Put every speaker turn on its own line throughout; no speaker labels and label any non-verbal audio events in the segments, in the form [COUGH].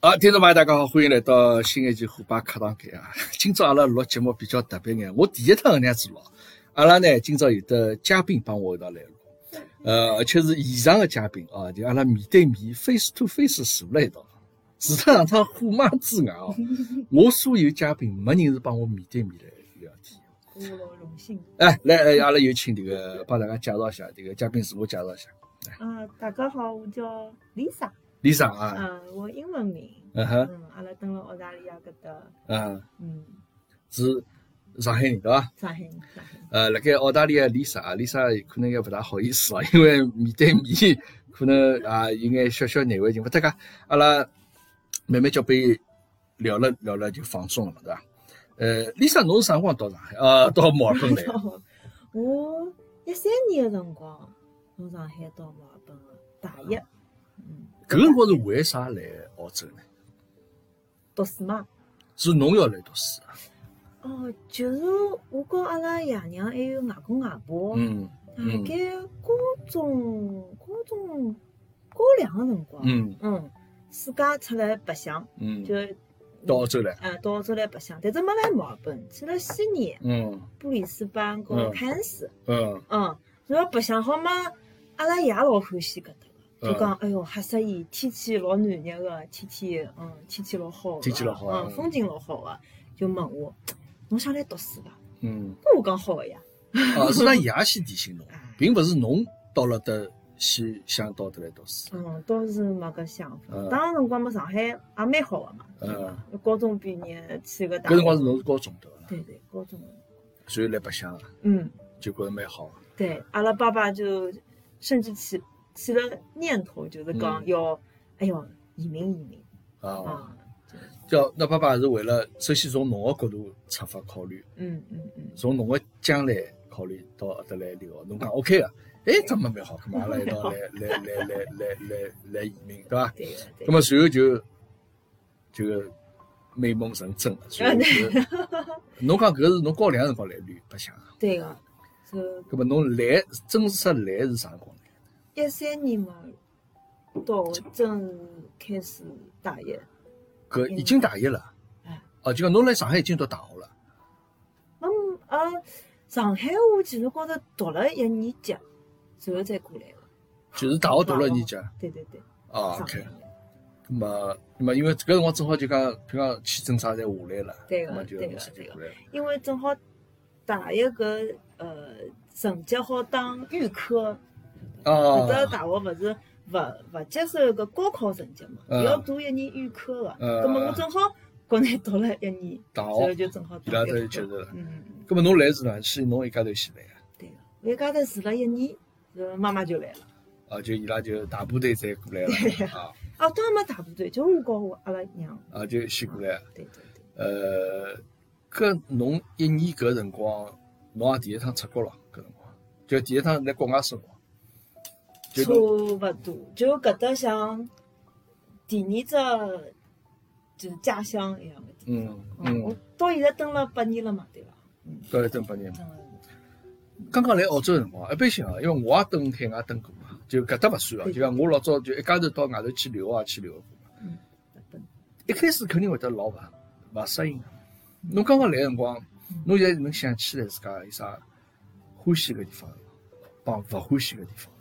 好，听众朋友，大家好，欢迎来到新一期虎爸课堂间啊！ [LAUGHS] 今朝阿拉录节目比较特别眼，我第一趟搿能样子录，阿拉呢今朝有的嘉宾帮我一道来录，呃，而且是现场的嘉宾啊，就阿拉面对面 face to face 坐了一道。除脱上趟虎妈之外哦，我所有嘉宾没人是帮我面对面来聊天。
我荣幸。
哎，来，哎阿拉有请这个帮大家介绍一下这个嘉宾，自我介绍一下。
啊，大家好，我叫 Lisa，
李生啊，
嗯，我英文名，
嗯哼，
嗯，阿拉蹲辣澳大利亚搿搭，
嗯，
嗯，
是上海人对伐？
上海人，上海人，
呃，辣盖澳大利亚丽莎，丽莎可能也勿大好意思哦， [LAUGHS] 因为面对面可能啊有眼小小难为情，勿搭界，阿拉慢慢交杯聊了聊了就放松了嘛，对伐？呃，丽莎侬是啥辰光到上海？呃，到墨尔本来的？
[LAUGHS] 我一三年的辰光从上海到墨尔本的，大一，
啊
嗯，
搿辰光是为啥来澳洲呢？
读书嘛。
是侬要来读书啊？
哦，就是我跟阿拉爷娘还有外公外婆，
嗯
大
嗯
概高中、高中高两个辰光，
嗯
嗯，暑假出来白相，就
嗯，到澳洲来。
啊，到澳洲来白相，但是没来墨尔本，去了悉尼、
嗯
布里斯班和凯恩斯。
嗯
嗯，然后白相好嘛，阿拉爷老欢喜搿搭个，
嗯
就讲哎哟，吓死伊，天气老暖热个，天天嗯，天气老好个，
天气老好啊
嗯，风景老好个，就问我，侬想来读书伐？
嗯，
那我讲好个呀，
啊，是㑚爷先提醒侬
哎，
并勿是侬到了得先想到得来读书。
嗯，倒是没搿想法
嗯。
当时辰光嘛，上海也蛮好个嘛，
嗯，
高中毕业去个大
搿辰光
学，
是侬是高中对伐？
对对，高中，
所以来白相啊，
嗯。
就觉着蛮好啊。
对，阿拉爸爸就甚至起起了念头，就是讲
嗯
要，哎哟，移民移民
啊，
啊，就
叫那爸爸是为了首先从侬个角度出发考虑，
嗯嗯嗯，
从侬个将来考虑到搿搭来留学，侬讲 OK 个，哎，这么蛮好，咁嘛阿拉一道来来来来来来来移民，对伐？
对个对
咁
个，
么随后就这个美梦成真了，随后就侬讲搿是侬高两辰光来旅白相啊，
对个，就
咁么侬来真实来是啥辰光呢？
一三年嘛，到我正式开始大一，
搿已经大一了
哎，
哦，就讲侬来上海已经读大学了，
嗯啊，上海我其实高头读了一年级，然后再过来个，
就是大学读了一年级啊
对对对，上海
，OK。那么，那么因为搿辰光正好就讲，譬如讲签证啥侪下来了，
对
那
个
么就
对
东
个
西就
对个
下来了。
因为正好大一搿呃成绩好当预科。搿只
啊，
大学勿是勿勿接受搿高考成绩嘛，
嗯
要读一年预科个。
嗯
葛末我正好国内读了一年，
大
然后
学，
就正好
伊
读
拉
了
都
预
接受
科。
了。
嗯，嗯
那么侬来是哪去？侬一家头先来啊？
对个。我一家头住了一年，然后妈妈就来了。
啊，就伊拉就大部队再过来
对
了啊，
哦，当然没大部队，就是我跟我阿拉娘。
啊就先过来。
对对对。
呃，搿侬一年搿辰光，侬也第一趟出国了，搿辰光就第一趟来国外生活，就
差
侬
勿多，就搿搭像第二只就是家乡一样的地方。哦
嗯
我
嗯，
到现在蹲了八年了嘛，对伐？嗯，
搿一等八年。
蹲了
刚刚来澳洲的辰光，一般性啊，因为我也登海外登过嘛，就搿搭勿算啊，就讲我老早就一家头到外头去留学也去留学过嘛。
八年
一开始肯定会得老勿勿适应。侬刚刚来的辰光，侬现在能想起来自家有啥欢喜个地方，帮勿欢喜个地方？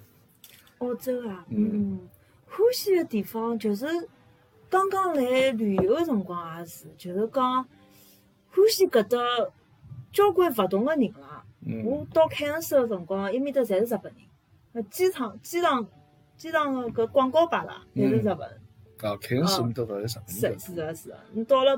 澳洲啊，
嗯
嗯，欢喜的地方就是刚刚来旅游的辰光也是，就是讲欢喜搿搭交关勿同的人啦。
嗯
我到凯恩斯的辰光，伊面搭侪是日本人，呃，机场机场机场的搿广告牌啦，
嗯
侪是日本。
啊，凯恩斯面搭到底啥
是啊
人
是的，是的。你到了，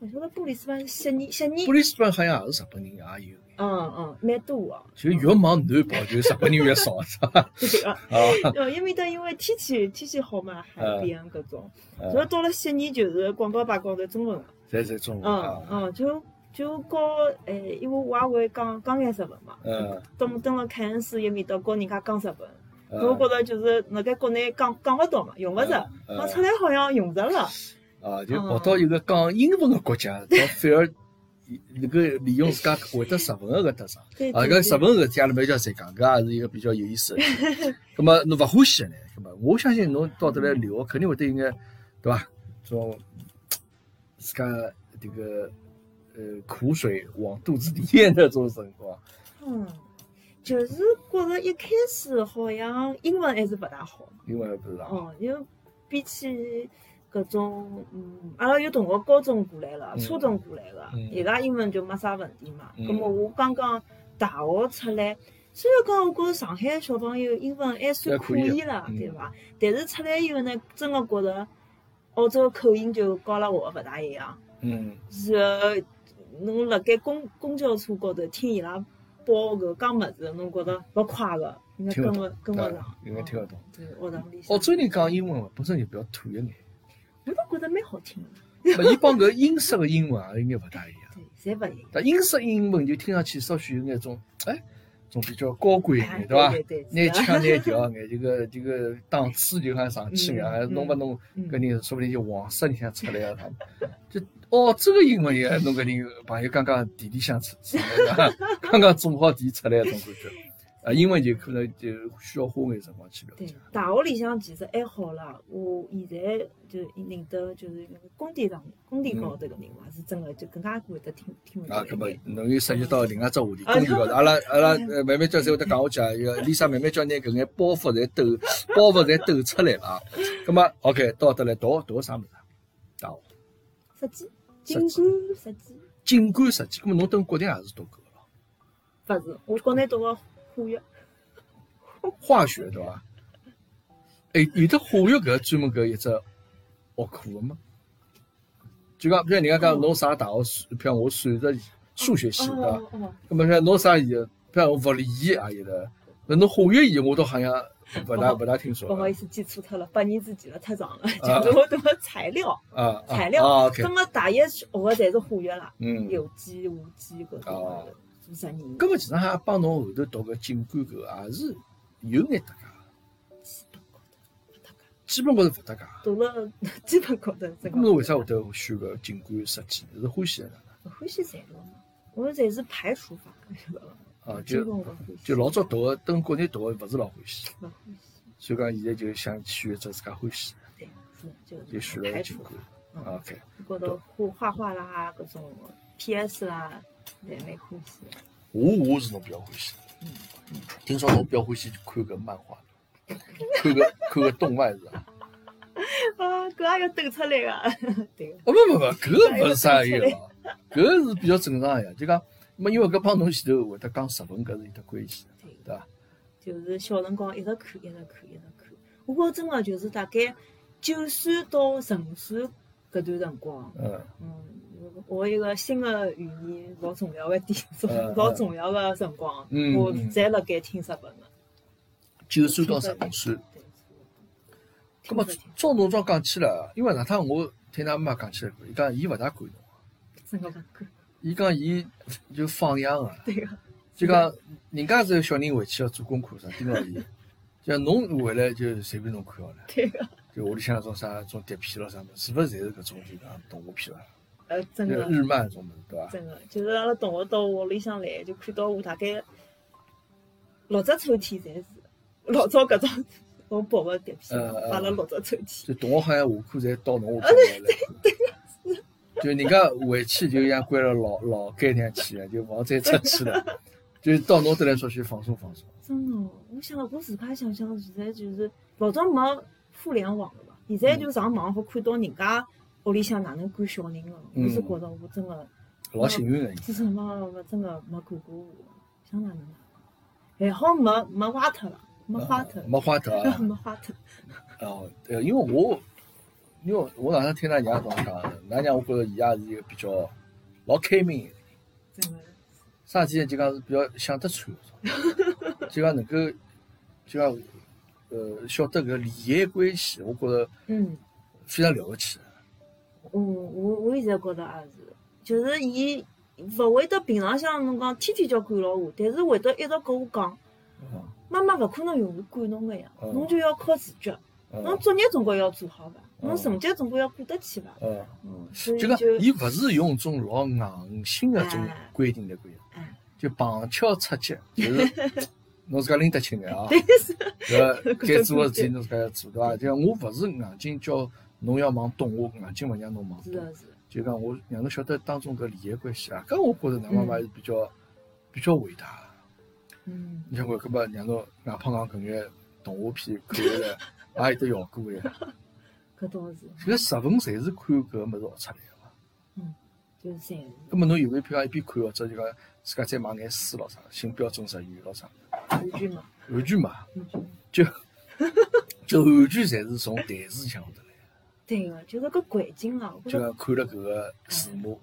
勿晓得布里斯班悉尼悉尼
布，里斯班好像也是日本人，也有。
嗯嗯，蛮
[LAUGHS]
多的。
就越往南跑，就日本人越少，是吧？
对个。
啊， [LAUGHS]
呃，因为但因为天气天气好嘛，海
嗯
边搿种，
嗯
然后到了悉尼就是广告牌高头中文了，
侪侪中国
嗯
啊，
嗯，就就高诶，因为我也会讲讲眼日文嘛，
嗯，
等等了凯恩斯埃面搭跟人家讲日文，
嗯
我觉着就是辣盖国内讲讲勿到嘛，用勿着，
嗯
我出来好像用着了，
啊，就
嗯
跑到一个讲英文的国
[LAUGHS]
家，倒反而能够利用自家会得日文的搿搭啥
对
啊，搿
对对
日文搿事体阿拉勿叫再讲，搿也是一个比较有意思的事
[LAUGHS]
啊体。葛末侬勿欢喜呢？葛末我相信侬到头来留学肯定会得有眼，对伐？种自家迭个呃苦水往肚子里咽的种辰光，
嗯，就是觉着一开始好像英文还是不大好。
因为不是啊，
哦，因为比起搿种，嗯，阿拉有同学高中过来了，
嗯
初中过来个，
嗯
伊拉英文就没啥问题嘛。
嗯
葛末我刚刚大学出来，虽然讲我觉着上海小朋友英文还算
还可
可
以
以了，
嗯
对伐？但是出来以后呢，真个觉着澳洲口音就跟阿拉学个勿大一样。
嗯
然后侬辣盖公公交车高头听伊拉报搿讲物事，侬觉着勿快个，应该
听
跟
得
勿跟勿
对
上。
应该听得懂。
对，学堂里向
澳，洲人讲英文嘛，本身就比较土一眼，
我倒觉着蛮好听的。
不，伊帮搿英式个英文啊应该勿大一样。
对，侪勿一样。
但英式英文就听上去稍许有眼种，哎，种比较高贵一
哎
眼，对伐？
对对对，
拿腔拿调眼，这个啊这个档次就好像上去眼，
嗯
啊还弄不弄
嗯
搿人说不定就皇室里向出来的，就哦，这个英文也弄搿人朋友刚刚地里向出出来的， [LAUGHS] 刚刚种好地出来的种感觉，啊，英文就可能就需要花眼辰光去了
对
解。，
大学里向其实还好啦。我现在就认得，就是工地上工地高头个人嘛，是真个就更加会得听听勿
啊，
懂
搿
一
么
点。
侬又涉及到另外只话题，
啊嗯
公益高头，阿拉阿拉呃慢慢叫侪会得讲下去啊。要 Lisa 慢慢叫拿搿 [LAUGHS] 眼包袱侪抖，包袱侪抖出来了啊。搿么 OK，到得来读读啥物事啊？大学
设计，景观设计，
景观设计，搿么侬等国内也是读搿个咯，
勿是，我国内读个化学，
化学对伐？哎，有得化学搿专门搿一只学科个吗？就讲，比如人家讲侬啥大学数，譬如我算着数学系对伐？
哦哦，
咁啊么像侬啥伊，譬如物理伊也有的，啊那侬化学伊我倒好像勿大
不好
勿大听说啊
不好
了
意思，记错脱了，八年之前了，太长了。
啊
就是我读个材料，
[LAUGHS] 啊啊
材料
啊，OK，
那么大一学个侪是化学啦，
嗯，
有机、无机搿种
哦
做实验，
搿么其实还帮侬后头读个景观搿个也是有眼搭界，
基本高头勿搭界。
基本高头勿搭界。咁啊
读 [LAUGHS] 了基本高头，这个
侬为啥会得选搿景观设计？是欢喜的呢
勿欢喜材料嘛？我侪是排除法，晓得伐？
啊，
基
就
本勿欢喜，
就老早读个，等国内读个勿是老欢喜，
勿欢喜，
所以讲现在就想选一只自家欢喜的，
对，是就
就是啊选了
排
个景
除法
观。。
嗯，
OK，
高头画画画啦，各种 PS 啦，侪蛮欢喜的。
我我是侬比较欢喜的
嗯，
听说侬比较欢喜去看搿漫画，看搿看搿动漫是伐？ [LAUGHS]
啊，搿也要抖出来个，对个，
哦不不不，搿勿是啥意思啊，搿是比较正常呀。就讲，没因为搿帮侬前头会得讲日文，搿是有得关系的，
对个。
对伐？
就是小辰光一直看，一直看，一直看。我觉着真个就是大概九岁到十五岁搿段辰光，
嗯
嗯，我一个新的语言老重要个点，
嗯
老重要个辰光，
嗯
我
嗯
侪辣盖听日本个。
九岁到十五岁，
对
葛末照侬照讲起来啊，因为哪趟我听㑚妈讲起来过，伊讲伊勿大管侬，
真个勿敢，
伊讲伊就放养 [LAUGHS] 啊，
对个，
就讲人家这小人回去要做功课啥，盯牢伊，就像侬回来就随便侬看好了，
对个，
就屋里向那种啥种碟片咯啥物事，是勿是侪是搿种就讲动画片啦，
呃，真
就
个
日漫种物事，对伐？
真个，就是阿拉同学到屋里向来，就看到我大概六只抽屉侪是，老早搿种老薄个碟片
嗯嗯，
摆了六只抽屉。
就同学好像下课侪到侬屋里来了，就人家回去就像关了老老监里向去了，就勿好再出去
[LAUGHS]
了，就到侬这来说去放松放松。
真的，我想我自家想想，现在就是老早没互联网了嘛，现在就上网好看到人家屋里向哪能管小人了，我是觉着我真的，
老幸运的伊，
至少没没真的没管过我，想哪能啊，还好没没挖脱了，没花脱，。
没花头啊
没花脱，
哦，呃，因为我，因为我哪能听㑚娘跟我讲的，㑚娘我觉着伊也是一个比较老开明的人，
真的，
啥事体就讲是比较想得穿，
[LAUGHS]
就讲能够，就讲呃晓得搿利益关系，我觉着
嗯，
非常了不起。
我我我现在觉着也是，就是伊勿会得平常像侬讲天天叫管牢我，但是会得一直跟我讲，
嗯
妈妈勿可能永远管侬个呀，
嗯
侬就要靠自觉。侬
嗯
作业总归要做好吧，
嗯
侬成绩总归要过得去吧。
嗯。
嗯，所以
就
就啊
讲，伊勿是用种老硬性个种规定来规定
哎，
就旁敲侧
[LAUGHS]
击，就是侬自家拎得清个啊，
对是， [LAUGHS]
搿该做个事体侬自家要做，对伐？就讲我勿是硬劲叫侬要忙懂，我硬劲勿让侬忙
是啊
懂。
的，是的，
就讲我让侬晓得当中搿利益关系啊，搿我觉着㑚妈妈还是比较、比较伟大。
嗯，
你想看，搿么让侬硬胖讲搿眼动画片看下来，也哎有得效果呀。
搿倒是，
搿十分侪是看搿物事学出来个嘛。
就是三个
搿么侬有没有譬如讲一边看或者就讲自家再买眼书咯啥，新标准日语咯啥，
韩剧嘛，
完全买，
韩剧嘛
就完全侪是从台词腔得来，
对个，就是搿环境啊，我
就
觉着
讲看了搿个字幕，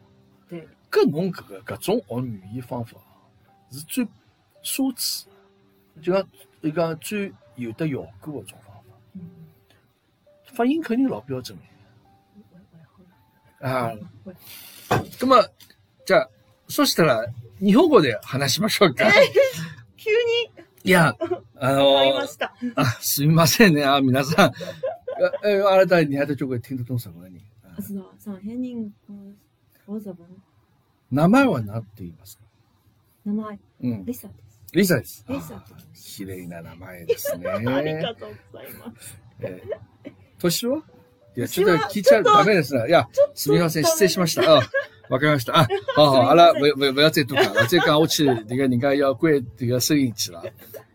对，
搿侬搿个搿种学语言方法是最奢侈的，就讲就讲最有得效果个种方法。
嗯，
发音肯定老标准
我我也好了，
的啊，
[LAUGHS] 我
搿么这说起来了，日本語で話しましょう
[LAUGHS]
か。
急に
いや、あ
会いま
の、
した。
あすみませんね、あ皆さん。呃呃，阿拉大你还在中国听得懂什么呢？啊
不知道上海人嗯学日文，
名前は何て言いますか？
那么
うん、
Lisa です。
リサです。
Lisa
あ
です。
綺麗な名前ですね。
ありがとうございます。
えー年はいや、ちょっと聞いちゃダメですね。いや、すみません、失礼しました。あ、わかりました。 [LAUGHS] あ、好好，阿拉不不不要再多讲了，再讲下去，这个人家要关这个收音机了。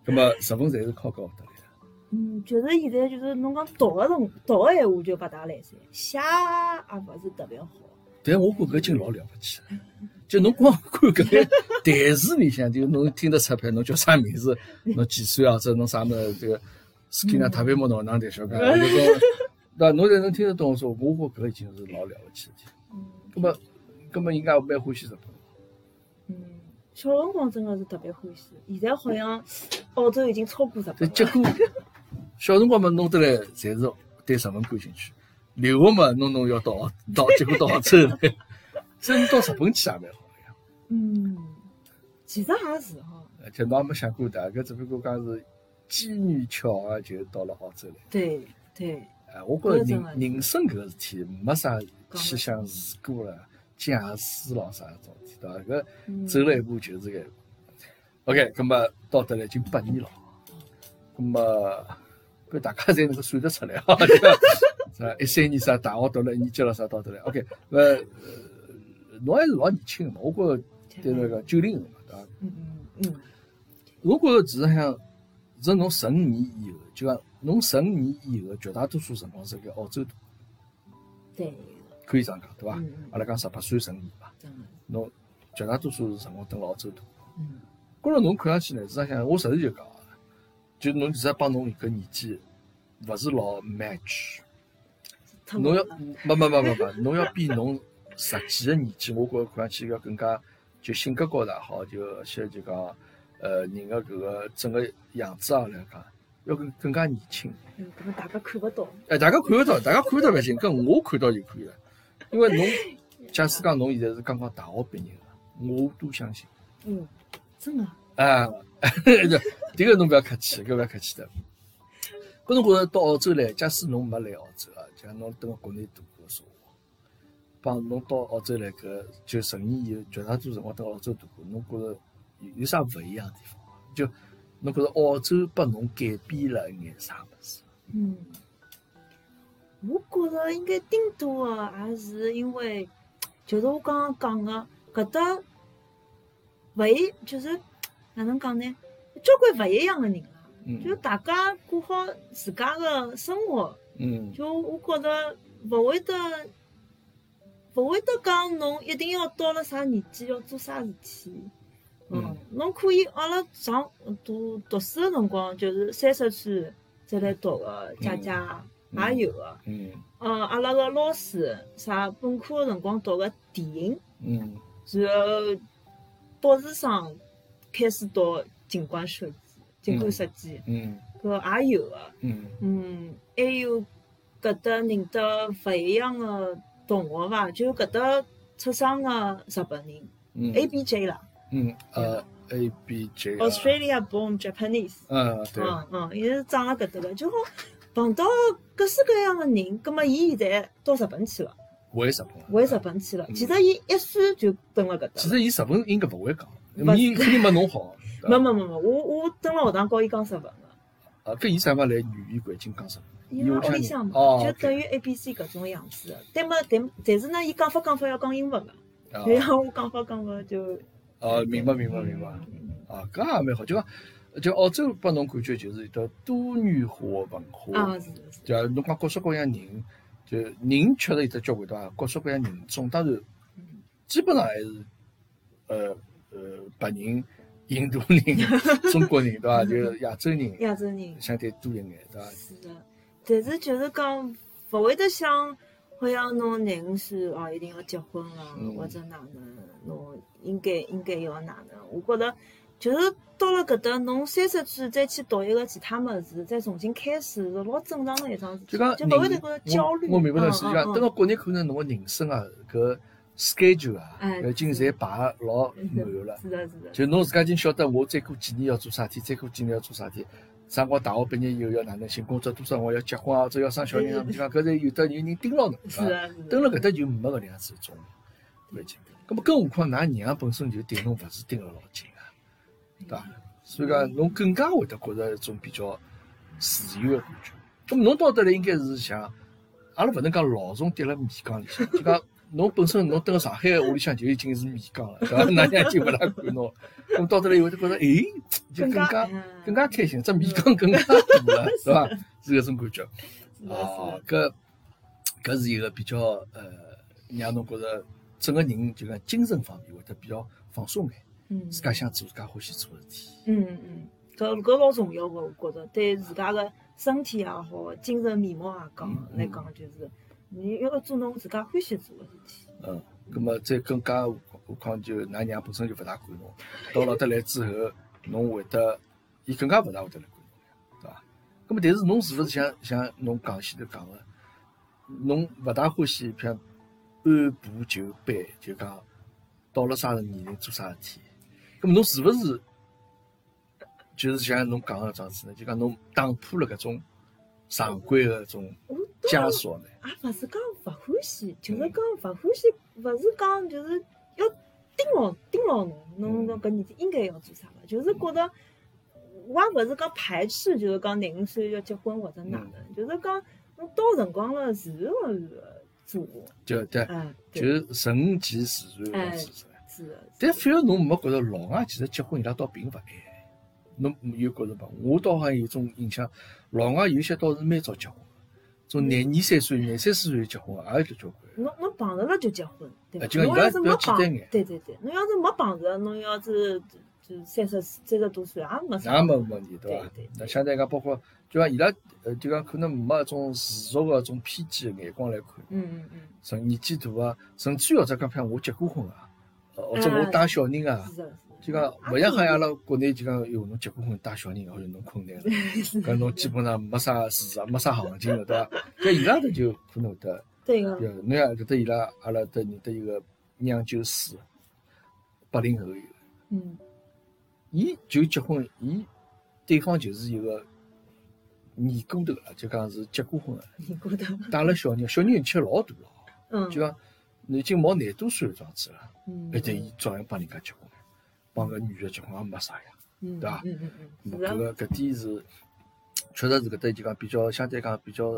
那么日本侪是靠搞得来的。
[LAUGHS] 嗯，就是现在就是侬讲读个辰读个闲话就勿大来塞，写也勿是特别好。
但我觉搿劲老了不起，就侬光看搿个台词里向，就侬听得出来，侬叫啥名字，侬几岁啊，或者侬啥么子，这个斯基纳塔贝莫诺哪得晓得？搿种，那侬才能听得懂。我说，我觉搿已经是老了不起的事体。
嗯
那么，那么应该蛮欢喜日本。
嗯，小辰光真个是特别欢喜，现在好像 [SNIFFS] 澳洲已经超过日
但
本
结
了。
果小辰光嘛弄得来，侪是对日本感兴趣。留学嘛，弄弄要到澳到结果到澳洲来，真到日本去也蛮好呀。
嗯，其实也是哈，
而且侬也没想过的，搿只不过讲是机缘巧合就到了澳洲来。
对对，
哎，我觉着
搿真
人
的是
人生搿个事体没啥去想如果了、借书咯啥种事体，对伐？搿
嗯
走了一步就是搿一步。OK，葛末到得来已经八年了，啊葛末搿大家侪能够算得出 [LAUGHS] 来哈，对伐？啥一三年啥大学读了一年级了啥到得来？OK，呃，呃侬还是老年轻个嘛，我觉着对那个九零后嘛，对伐？
嗯嗯嗯，
我觉着事实上是侬十五年以后，就讲侬十五年以后，绝大多数辰光是在澳洲度，
对，
可以这样讲，对伐
嗯嗯？
阿拉讲十八岁十五年嘛，
真个，
侬绝大多数辰光蹲辣澳洲度。
嗯
觉着侬看上去呢，实际上我实事求是讲啊，就侬其实帮侬搿年纪，勿是老 match。
差不
侬要
多了
没没没没没，侬要比侬实际个年纪，我觉着看上去要更加就性格高头也好，就而且就讲呃人个搿个整个样子啊来讲，要更更加年轻。
嗯，搿么大家看勿到。
哎，大家看得到，大家看得到勿要紧，跟我看到就可以了。因为侬假使讲侬现在是刚刚大学毕业个，我都相信。
嗯，真个，
啊， [LAUGHS] 这个侬不要客气，搿不要客气的。搿侬觉着到澳洲来，假使侬没来澳洲啊，就讲侬蹲辣国内读过说话，帮侬到澳洲来搿就十年以后，绝大多数辰光蹲澳洲读过，侬觉着有有啥勿一样的地方？就侬觉着澳洲拨侬改变了一眼啥物事？
嗯，我觉着应该顶多个也是因为，就是我刚刚讲个，搿搭勿一就是哪能讲呢？交关勿一样个人啊啦，就
嗯
大家过好自家个生活，
嗯
就我觉着勿会得。勿会得讲侬一定要到了啥年纪要做啥事体，嗯
嗯，
侬可以阿拉上读读书个辰光，就是三十岁再来读个姐姐
嗯
也有个。
嗯
呃，阿拉个老师啥本科个辰光读个电影，
嗯
然后博士生开始读景观设计、景观设计，
嗯
搿也有个。
嗯
嗯，还有搿搭认得勿一样个同学伐，就搿搭出生个日本人，A
嗯
B J 啦
嗯呃，A B J 啊
，Australia born Japanese。
嗯对
嗯嗯，伊是长辣搿搭个，就好碰到各式各样个人，葛末伊现在到日本去了，
为什么？
回日本去了。
嗯
其实伊一岁就蹲辣搿搭
其
了。
实伊呃日本应该勿会讲
勿，
伊肯定没侬好。对
没
吧
没没没，我我蹲辣学堂教伊讲日文个，
啊，搿伊啥物事来语言环境讲啥？
伊
有
拉屋
腔
里
调
向嘛，
哦
就
，OK
等于 A B C 搿种样子的。但么，但但是呢，伊讲法讲法要讲英文个， [LAUGHS]
啊
就像我讲法讲法就
啊，明白明白明白。啊，搿也蛮好，就讲就澳洲拨侬感觉就是一条多元化的文化，
啊是是
对啊，侬讲各式各样人，就人确实有得交关对伐？各式各样人种，当然呃基本上还是呃呃白人、印度人、中国人对伐？就是亚洲人
亚洲人。
相对多一眼对伐？
是的，但是就是讲，勿会得想，好像侬廿五岁哦，一定要结婚啊，
嗯
或者哪能，侬应该应该要哪能？我觉着就是到了搿搭，侬三十岁再去读一个其他物事，再重新开始是老正常的一桩事体，
就讲
就勿会得搿
人
焦虑。
我我明白
嗯
侬意思，就讲啊等
嗯
到国内可能侬个人生啊搿 schedule 啊
哎，
已经侪排得老
嗯
满了。
是的，是的，
就侬自家已经晓得，我再过几年要做啥体，再过几年要做啥体，啥辰光大学毕业以后要哪能寻工作，多少辰光要结婚啊，或者要生小
[LAUGHS]
人啊，就讲搿侪有得有人盯牢侬，
是啊
伐？
的，是的。
蹲辣搿搭就没搿能样子一种环境。葛末更何况㑚娘本身就对侬勿是盯了老紧啊，对伐？所以讲侬更加会得觉着一种比较自由的感觉。葛末侬到头来应该是像，阿拉勿能讲老虫跌辣米缸里向，就 [LAUGHS] 讲侬本身侬蹲辣上海屋里向就已经是米缸了，对 [LAUGHS] 伐？㑚娘已经勿大管侬，咁到头来会得觉着，哎，就更加嗯
嗯
更加开心，只米缸 [LAUGHS] 更加大了，是伐？是搿种感觉。
是的是
哦
的，
搿搿是一个比较呃，让侬觉着整个人就讲精神方面会得比较放松眼，
嗯
自家想做自家欢喜做的事体。
嗯嗯，搿搿老重要个，我觉着对自家个身体也好，精神面貌也
嗯
讲
嗯
来讲，就是你要做侬自家欢喜做个事体。
嗯，葛末再更加何何况就㑚娘本身就勿大管侬，到了得来之后，侬会得伊更加勿大会得来管侬，对伐？葛末但是侬是勿是像像侬讲前头讲个，侬勿大欢喜譬如按部就班，就讲到了啥年龄做啥事体？葛末侬是勿是就是像侬讲个这样子呢？就讲侬打破了搿种常规个搿种
我啊
枷锁呢？
也勿是讲勿欢喜，就是讲勿欢喜，勿是讲就是要盯牢盯牢侬，侬侬搿年纪应该要做啥个，就是觉着我也勿是讲排斥，就是讲廿五岁要结婚或者哪
嗯
能，就是讲侬到辰光了，自然而然地做。
就对。
哎，
就
对，哎
是顺其自然的事情。
是的。是
但
的
反而侬没觉着老外其实结婚伊拉倒并勿爱，侬有觉着伐？我倒好像有种印象，老外有些倒是蛮早结婚的，从
嗯
廿二三岁、廿三四岁就结婚也有得交关。
侬侬碰着了就结婚，对
啊
伐？
就讲
侬
伊拉
要是
比
没
较
碰，
简单眼
对对对，侬要是没碰着，侬要是就三十三十多岁也没啥，
也没问题，对伐
对对？
那相对来讲，包括就讲伊拉呃，就讲可能没一种世俗个种偏见的眼光来看，
嗯嗯嗯，
从年纪大啊，甚至于或者讲，譬如我结过婚啊，呃或者我带小人啊，
是的，啊
就讲勿像好
[LAUGHS]
像阿拉国内就讲，哟，侬结过婚带小人，哎哟，侬困难了，搿侬基本上没啥市场，没啥行情了，对伐？搿伊拉头就可能会得，
对个，
要侬像搿搭伊拉阿拉搭认得一个酿酒师，八零后有，
嗯，
伊就结婚，伊对方就是一个年过头了，就讲是结过婚个，
你觉得，
带了小人，小人吃老大了哦，
嗯，
就讲已经毛廿多岁了，这样子了，
嗯，
哎，但伊照样帮人家结婚，帮个女的结婚也没啥呀。
嗯，
对吧
嗯嗯嗯嗯，
搿
是的，
个搿点是，确实是搿搭就讲比较相对讲比较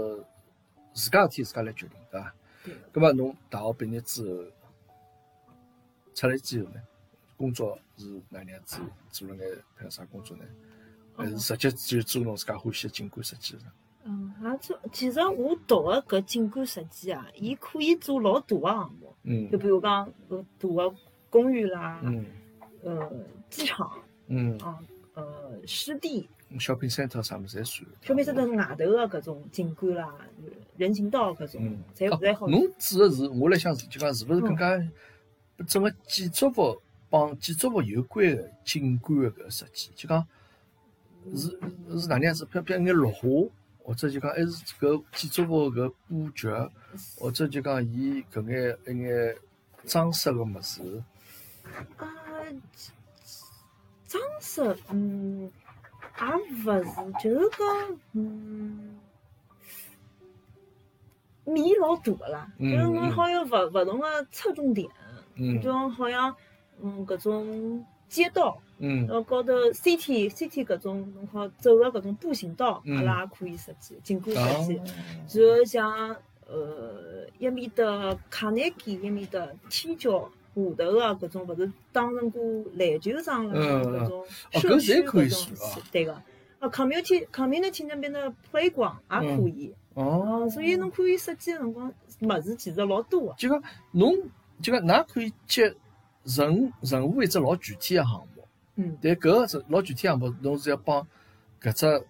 自家事体自家来决定，对伐
对？
葛末侬大学毕业之后，出来之后呢，工作是哪能样子？做了眼譬如啥工作呢？还是直接就做侬自家欢喜的景观设计呢？
嗯，也做，其实我读个搿景观设计啊，伊可以做老大个项目，
嗯
就比如讲搿大个公寓啦，
嗯
呃，机场
嗯
啊，呃，湿地，
，shopping centre 啥物事侪算。
小面是头外头的搿种景观啦、人行道搿种
嗯，
侪侪好嗯
哦。侬指的是，我来想是就讲是勿是更加整个建筑物帮建筑物有关的景观的搿个设计，就讲是是哪能样子，比如比如眼绿化，或者就讲还是搿建筑物搿布局，或者就讲伊搿眼一眼装饰个物事，
啊，装饰，嗯，也勿是，就是讲，嗯，面老大个啦，就
嗯
是侬
嗯
好像勿勿同个侧重点，
嗯
就好像嗯搿种街道，
嗯
然后高头 CT CT 搿种侬看走个搿种步行道，
嗯
阿拉也可以设计，景观设
哦
计。然后像呃一面的卡耐基，一面的天桥下头个搿啊种，勿是当成过篮球场个
嗯嗯
搿种
哦
社
搿
区
侪可以
搿种
算啊
是，对个。啊，community community 那边的 playground 也可以，
哦，
哦，所以侬可以设计个辰光，物事其实老多啊个。
就讲侬就讲，㑚可以接任任何一只老具体个项目，
嗯，
但搿个是老具体个项目，侬是要帮搿只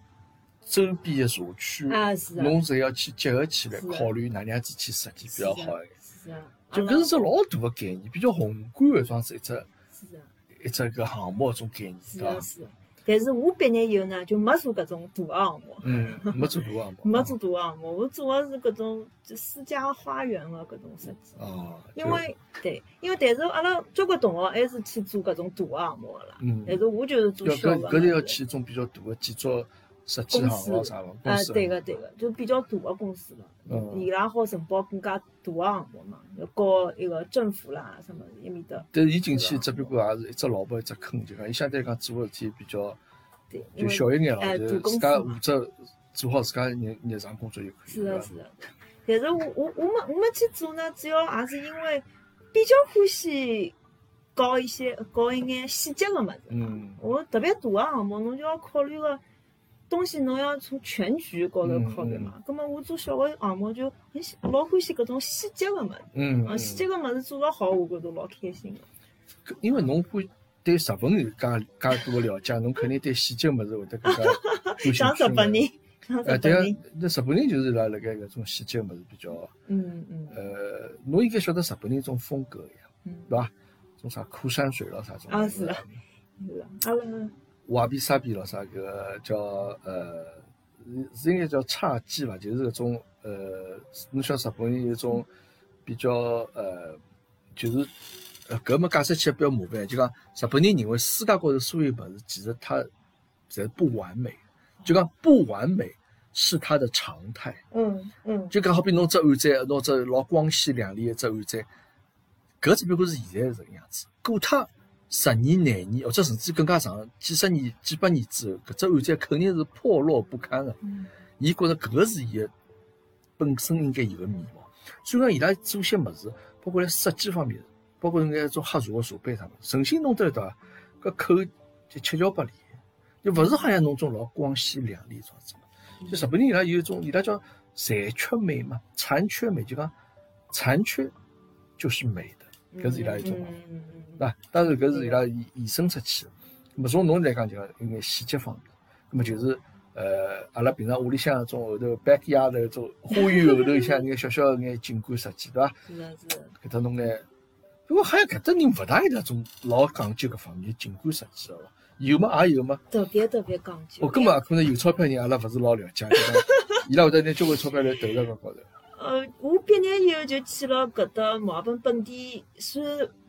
周边个社区，
啊是啊，
侬是要去结合起来
是啊
考虑哪能样子去设计比较好一点。
是啊，
就
阿
搿
拉
是只老大个概念，比较宏观个装是一只
是啊。
一只搿项目搿种概念，
是
对伐
啊？是啊，但是我毕业以后呢，就没做搿种大项目，
嗯，没做大个项目，
[LAUGHS] 没做大项目，我做的是搿种就私家花园的搿种设计。
哦，
因为对，因为但是阿拉交关同学还是去做搿种大项目的啦，
嗯，
但是我就是做
要
小
搿
的嘛。
搿就要
对
去一种比较大个建筑设计行咯啥咯，公
啊
司，
对个对个，就比较大的公司了，
嗯
伊拉好承包更加大的项目嘛，要搞一个政府啦什么一面的，
但是伊进去只不过也是一只萝卜一只坑，就讲伊相对来讲做个事体比较
对，因
就
为
小一眼
哎
了，就
大
自家负
公司嘛
责做好自家日日常工作就可以
是的，
了。
是的。但是我我我没我没去做呢，主要也是因为比较欢喜搞一些搞一眼细节个物事。
嗯
我特别大个项目，侬就要考虑个东西，侬要从全局高头考虑
嗯
嘛。咁么我做小个项目就很喜老欢喜搿种细节个物事，
嗯，
啊，细节个物事做了好，我觉着老开心个。
搿因为侬会对日本有介介多个了解，侬肯定对细节物事会得
[LAUGHS]
更加有
像
兴趣
日本
嘛。
人，像 [LAUGHS] 日
哎，
本
对啊
人，，
那日本人就是伊拉辣盖搿种细节物事比较，
嗯嗯
呃，侬应该晓得日本人种风格呀，
嗯，
对伐？种啥枯山水咯啥种，呃
啊是的是的，阿拉
瓦比萨比咯啥个叫呃，是应该叫侘寂伐？就是搿种呃，侬晓得日本人有一种比较呃，就是呃搿么解释起来比较麻烦，就讲呃日本人认为世界高头所有物事其实它侪不完美，就讲不完美是它的常态。
嗯嗯
就讲好比侬只碗盏，侬只老光鲜亮丽的只碗盏，搿只不过是现在是搿能样子。过脱十年、廿年，或者甚至更加长，几十年、几百年之后，搿只碗盏肯定是破落不堪的。
嗯
伊觉着搿个是伊个本身应该有个面貌。虽然伊拉做些物事，包括辣设计方面，包括应该种喝茶个茶杯啥物事，诚心弄得来对伐？搿口就七窍八里，就勿是好像侬种老光鲜亮丽啥子物事。就日本人伊拉有一种，伊拉叫残缺美嘛，残缺美就讲残缺就是美的，搿是伊拉一种讲法。
嗯嗯嗯
对伐？啊当然搿是伊拉延延伸出去的。咁么从侬来讲就讲有眼细节方面，咁么就是呃，阿拉平常屋里向种后头 backyard 的种花园后头像眼小小的眼景观设计，对伐？
是的，是的，
搿搭弄眼，不过好像搿搭人勿大有那种老讲究搿方面的景观设计的哦。有嘛也有嘛，
特别特别讲究。
我根本也可能有钞票人阿拉勿是老了解，就讲伊拉会得拿交关钞票来投在搿高头。
呃，我毕业以后就去了搿搭墨尔本本地算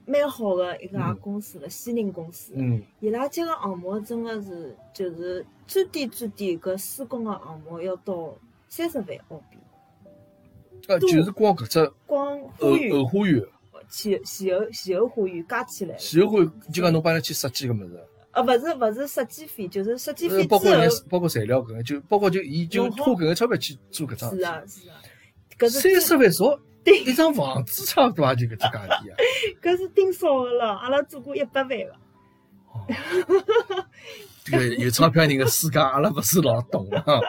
蛮好的一家
嗯
公司了，西宁公司。
嗯
伊拉接个项目真个是就是最低最低搿施工个项目要到三十万澳币，
呃，
对
就是光搿只
光花
后
园
后花园，
前前后前后花园加起来了，
前后就讲侬帮伊拉去设计搿物事。
呃，勿是勿是设计费，就是设计
呃
费，之
包括人
后
家包括材料搿个，就包括就伊就
弄好
花搿个钞票去做搿桩
嗯是啊
事
是啊，搿是
体，三十万少，
对
一张房子差不多也就搿只价钿啊。
[LAUGHS] 搿是顶少个了，阿拉做过一百万个。
哦这个有钞票人个世界，阿拉勿是老懂啊。
嗯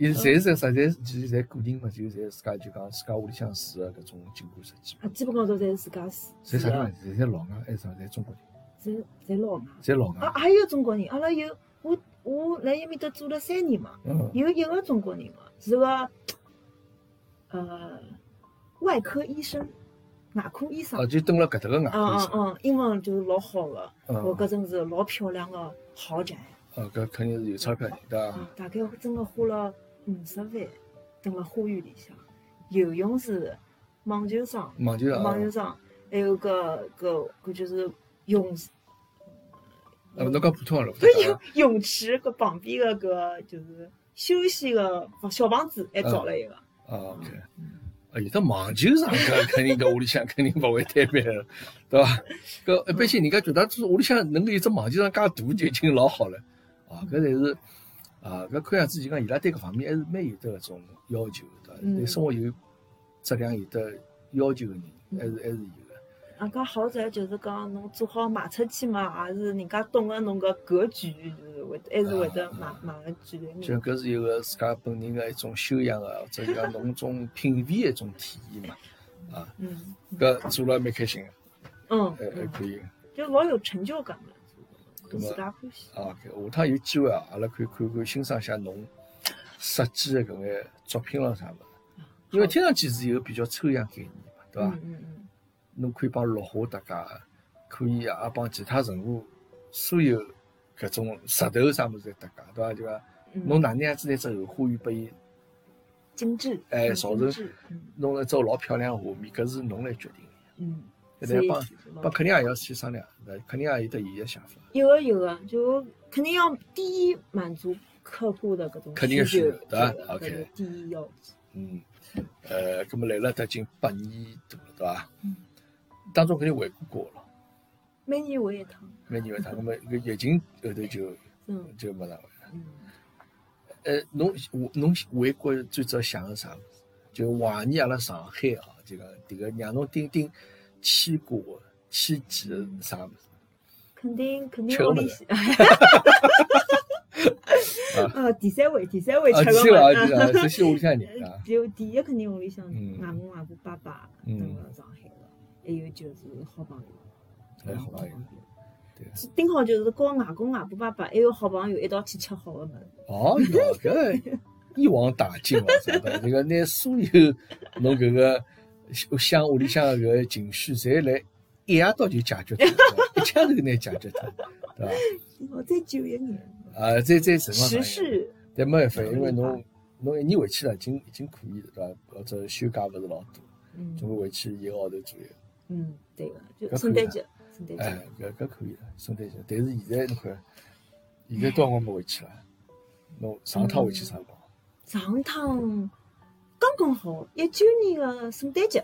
伊侪是啥？侪其实侪个人嘛，就侪自家就讲自家屋里向住个搿种景观设计嘛，
啊，基本高头侪是自家住，
侪啥地
是啊
方？侪侪老外，还是啥？侪中国人，
侪侪老外。
侪老外
啊，。还有中国人，阿拉有我我辣埃面搭做了三年嘛，
嗯，
有一个中国人嘛，是个呃外科医生，外科医生
哦，，就蹲辣搿搭个外
嗯
国医
嗯
生。
嗯，英文就是老好个，
嗯
我搿真是老漂亮个豪宅，
哦，搿肯定是有钞票人对伐
啊？，大概真个花了五十万，蹲辣花园里向，游泳池、网球场、
网球场，
网球
啊，
场，还有个个搿就是泳池。 [LAUGHS]
勿啊侬讲普通话了，勿
对
对
泳泳池搿旁边个
嗯
搿就是休息个小房子还造了一个，
啊，OK，
嗯
哎啊，有的网球场搿肯定搿屋里向肯定勿会摊板了，对伐？搿一哎般
嗯
性人家觉得就是屋里向能够有只网球场介大就已经老好了，啊，
嗯
搿才是啊，搿看样子就讲伊拉对搿方面还是蛮有得搿种要求的，
嗯
对生活有质量有得要求个人
嗯
还是还是有的。
俺讲好在就是讲侬做好卖出去嘛，也是人家懂个侬个格局，就是会还是会得
啊
买买个贵眼
就搿是有个自家本人个一种修养啊，或者是讲侬种品味个一种体验嘛，啊，
嗯
搿做了蛮开心个，
嗯
还还
嗯，
可以。
就老有成就感的，
那
对
么
自家欢喜。
啊，搿下趟有机会啊，阿拉可以看看欣赏一下侬设计的搿眼作品咯啥物事，因为听上去是有比较抽象概念嘛，对伐
嗯？嗯
侬可以帮绿化搭界，可以也帮其他任何所有搿种石头啥物事搭界，对伐？就讲
嗯，
侬哪能样子拿只后花园拨伊
精致，
哎
嗯
少
精
人
致嗯
弄了只老漂亮的画面，搿是侬来决定的，
嗯，
搿
所以
得帮
就是老
帮肯尼亚也要去商量，对肯尼亚有得伊个想法，
有个有个，就肯定要第一满足客户的各种
肯定
需
是
求，
的
这个
，OK
这个第一要旨。
嗯，呃，搿么来了得已经八年多了，对伐
嗯？
当中肯定回顾过了。
每年我一趟，
蛮认为他，那么搿疫情后头就
嗯
就没啥。
嗯，
呃，侬我侬回国最早想个啥物事？就怀念阿拉上海啊，就讲迭个让侬顶顶牵挂个、牵记个啥物事？
肯定肯定
吃个
要
么
利
子 [LAUGHS]
[LAUGHS] 息。呃，第三位，第三位
啊，
吃
这个
个嘛 [LAUGHS]
啊，这个啊，首先屋里向人啊，
就第一肯定屋里向
嗯
外公外婆、爸爸
嗯
等了上海了，还有就是好朋友，
哎，好朋友，
顶好就是跟外公外婆、爸爸还有好朋友一道去吃好的么子，
哦哟，搿一网打尽哦，啥的，这个拿所有侬搿个想屋里向搿个情绪，侪来一夜到就解决脱，一枪头拿解决脱，对伐？
顶好再久一年。
啊，再再辰光长
时
一点
事
但没办法，
可以
因为侬
吧
侬一年回去了，已经已经可以了，对伐？或者休假勿是老多，总
嗯
归回去一个号头左右。
嗯，对个，
搿可
就
以
圣诞
的
节，圣诞
哎
节，，
搿搿可以了，圣诞节。但是现在侬看，现在多少辰光没回去了？侬上趟回去啥辰光？
上趟刚刚好一九年个圣诞节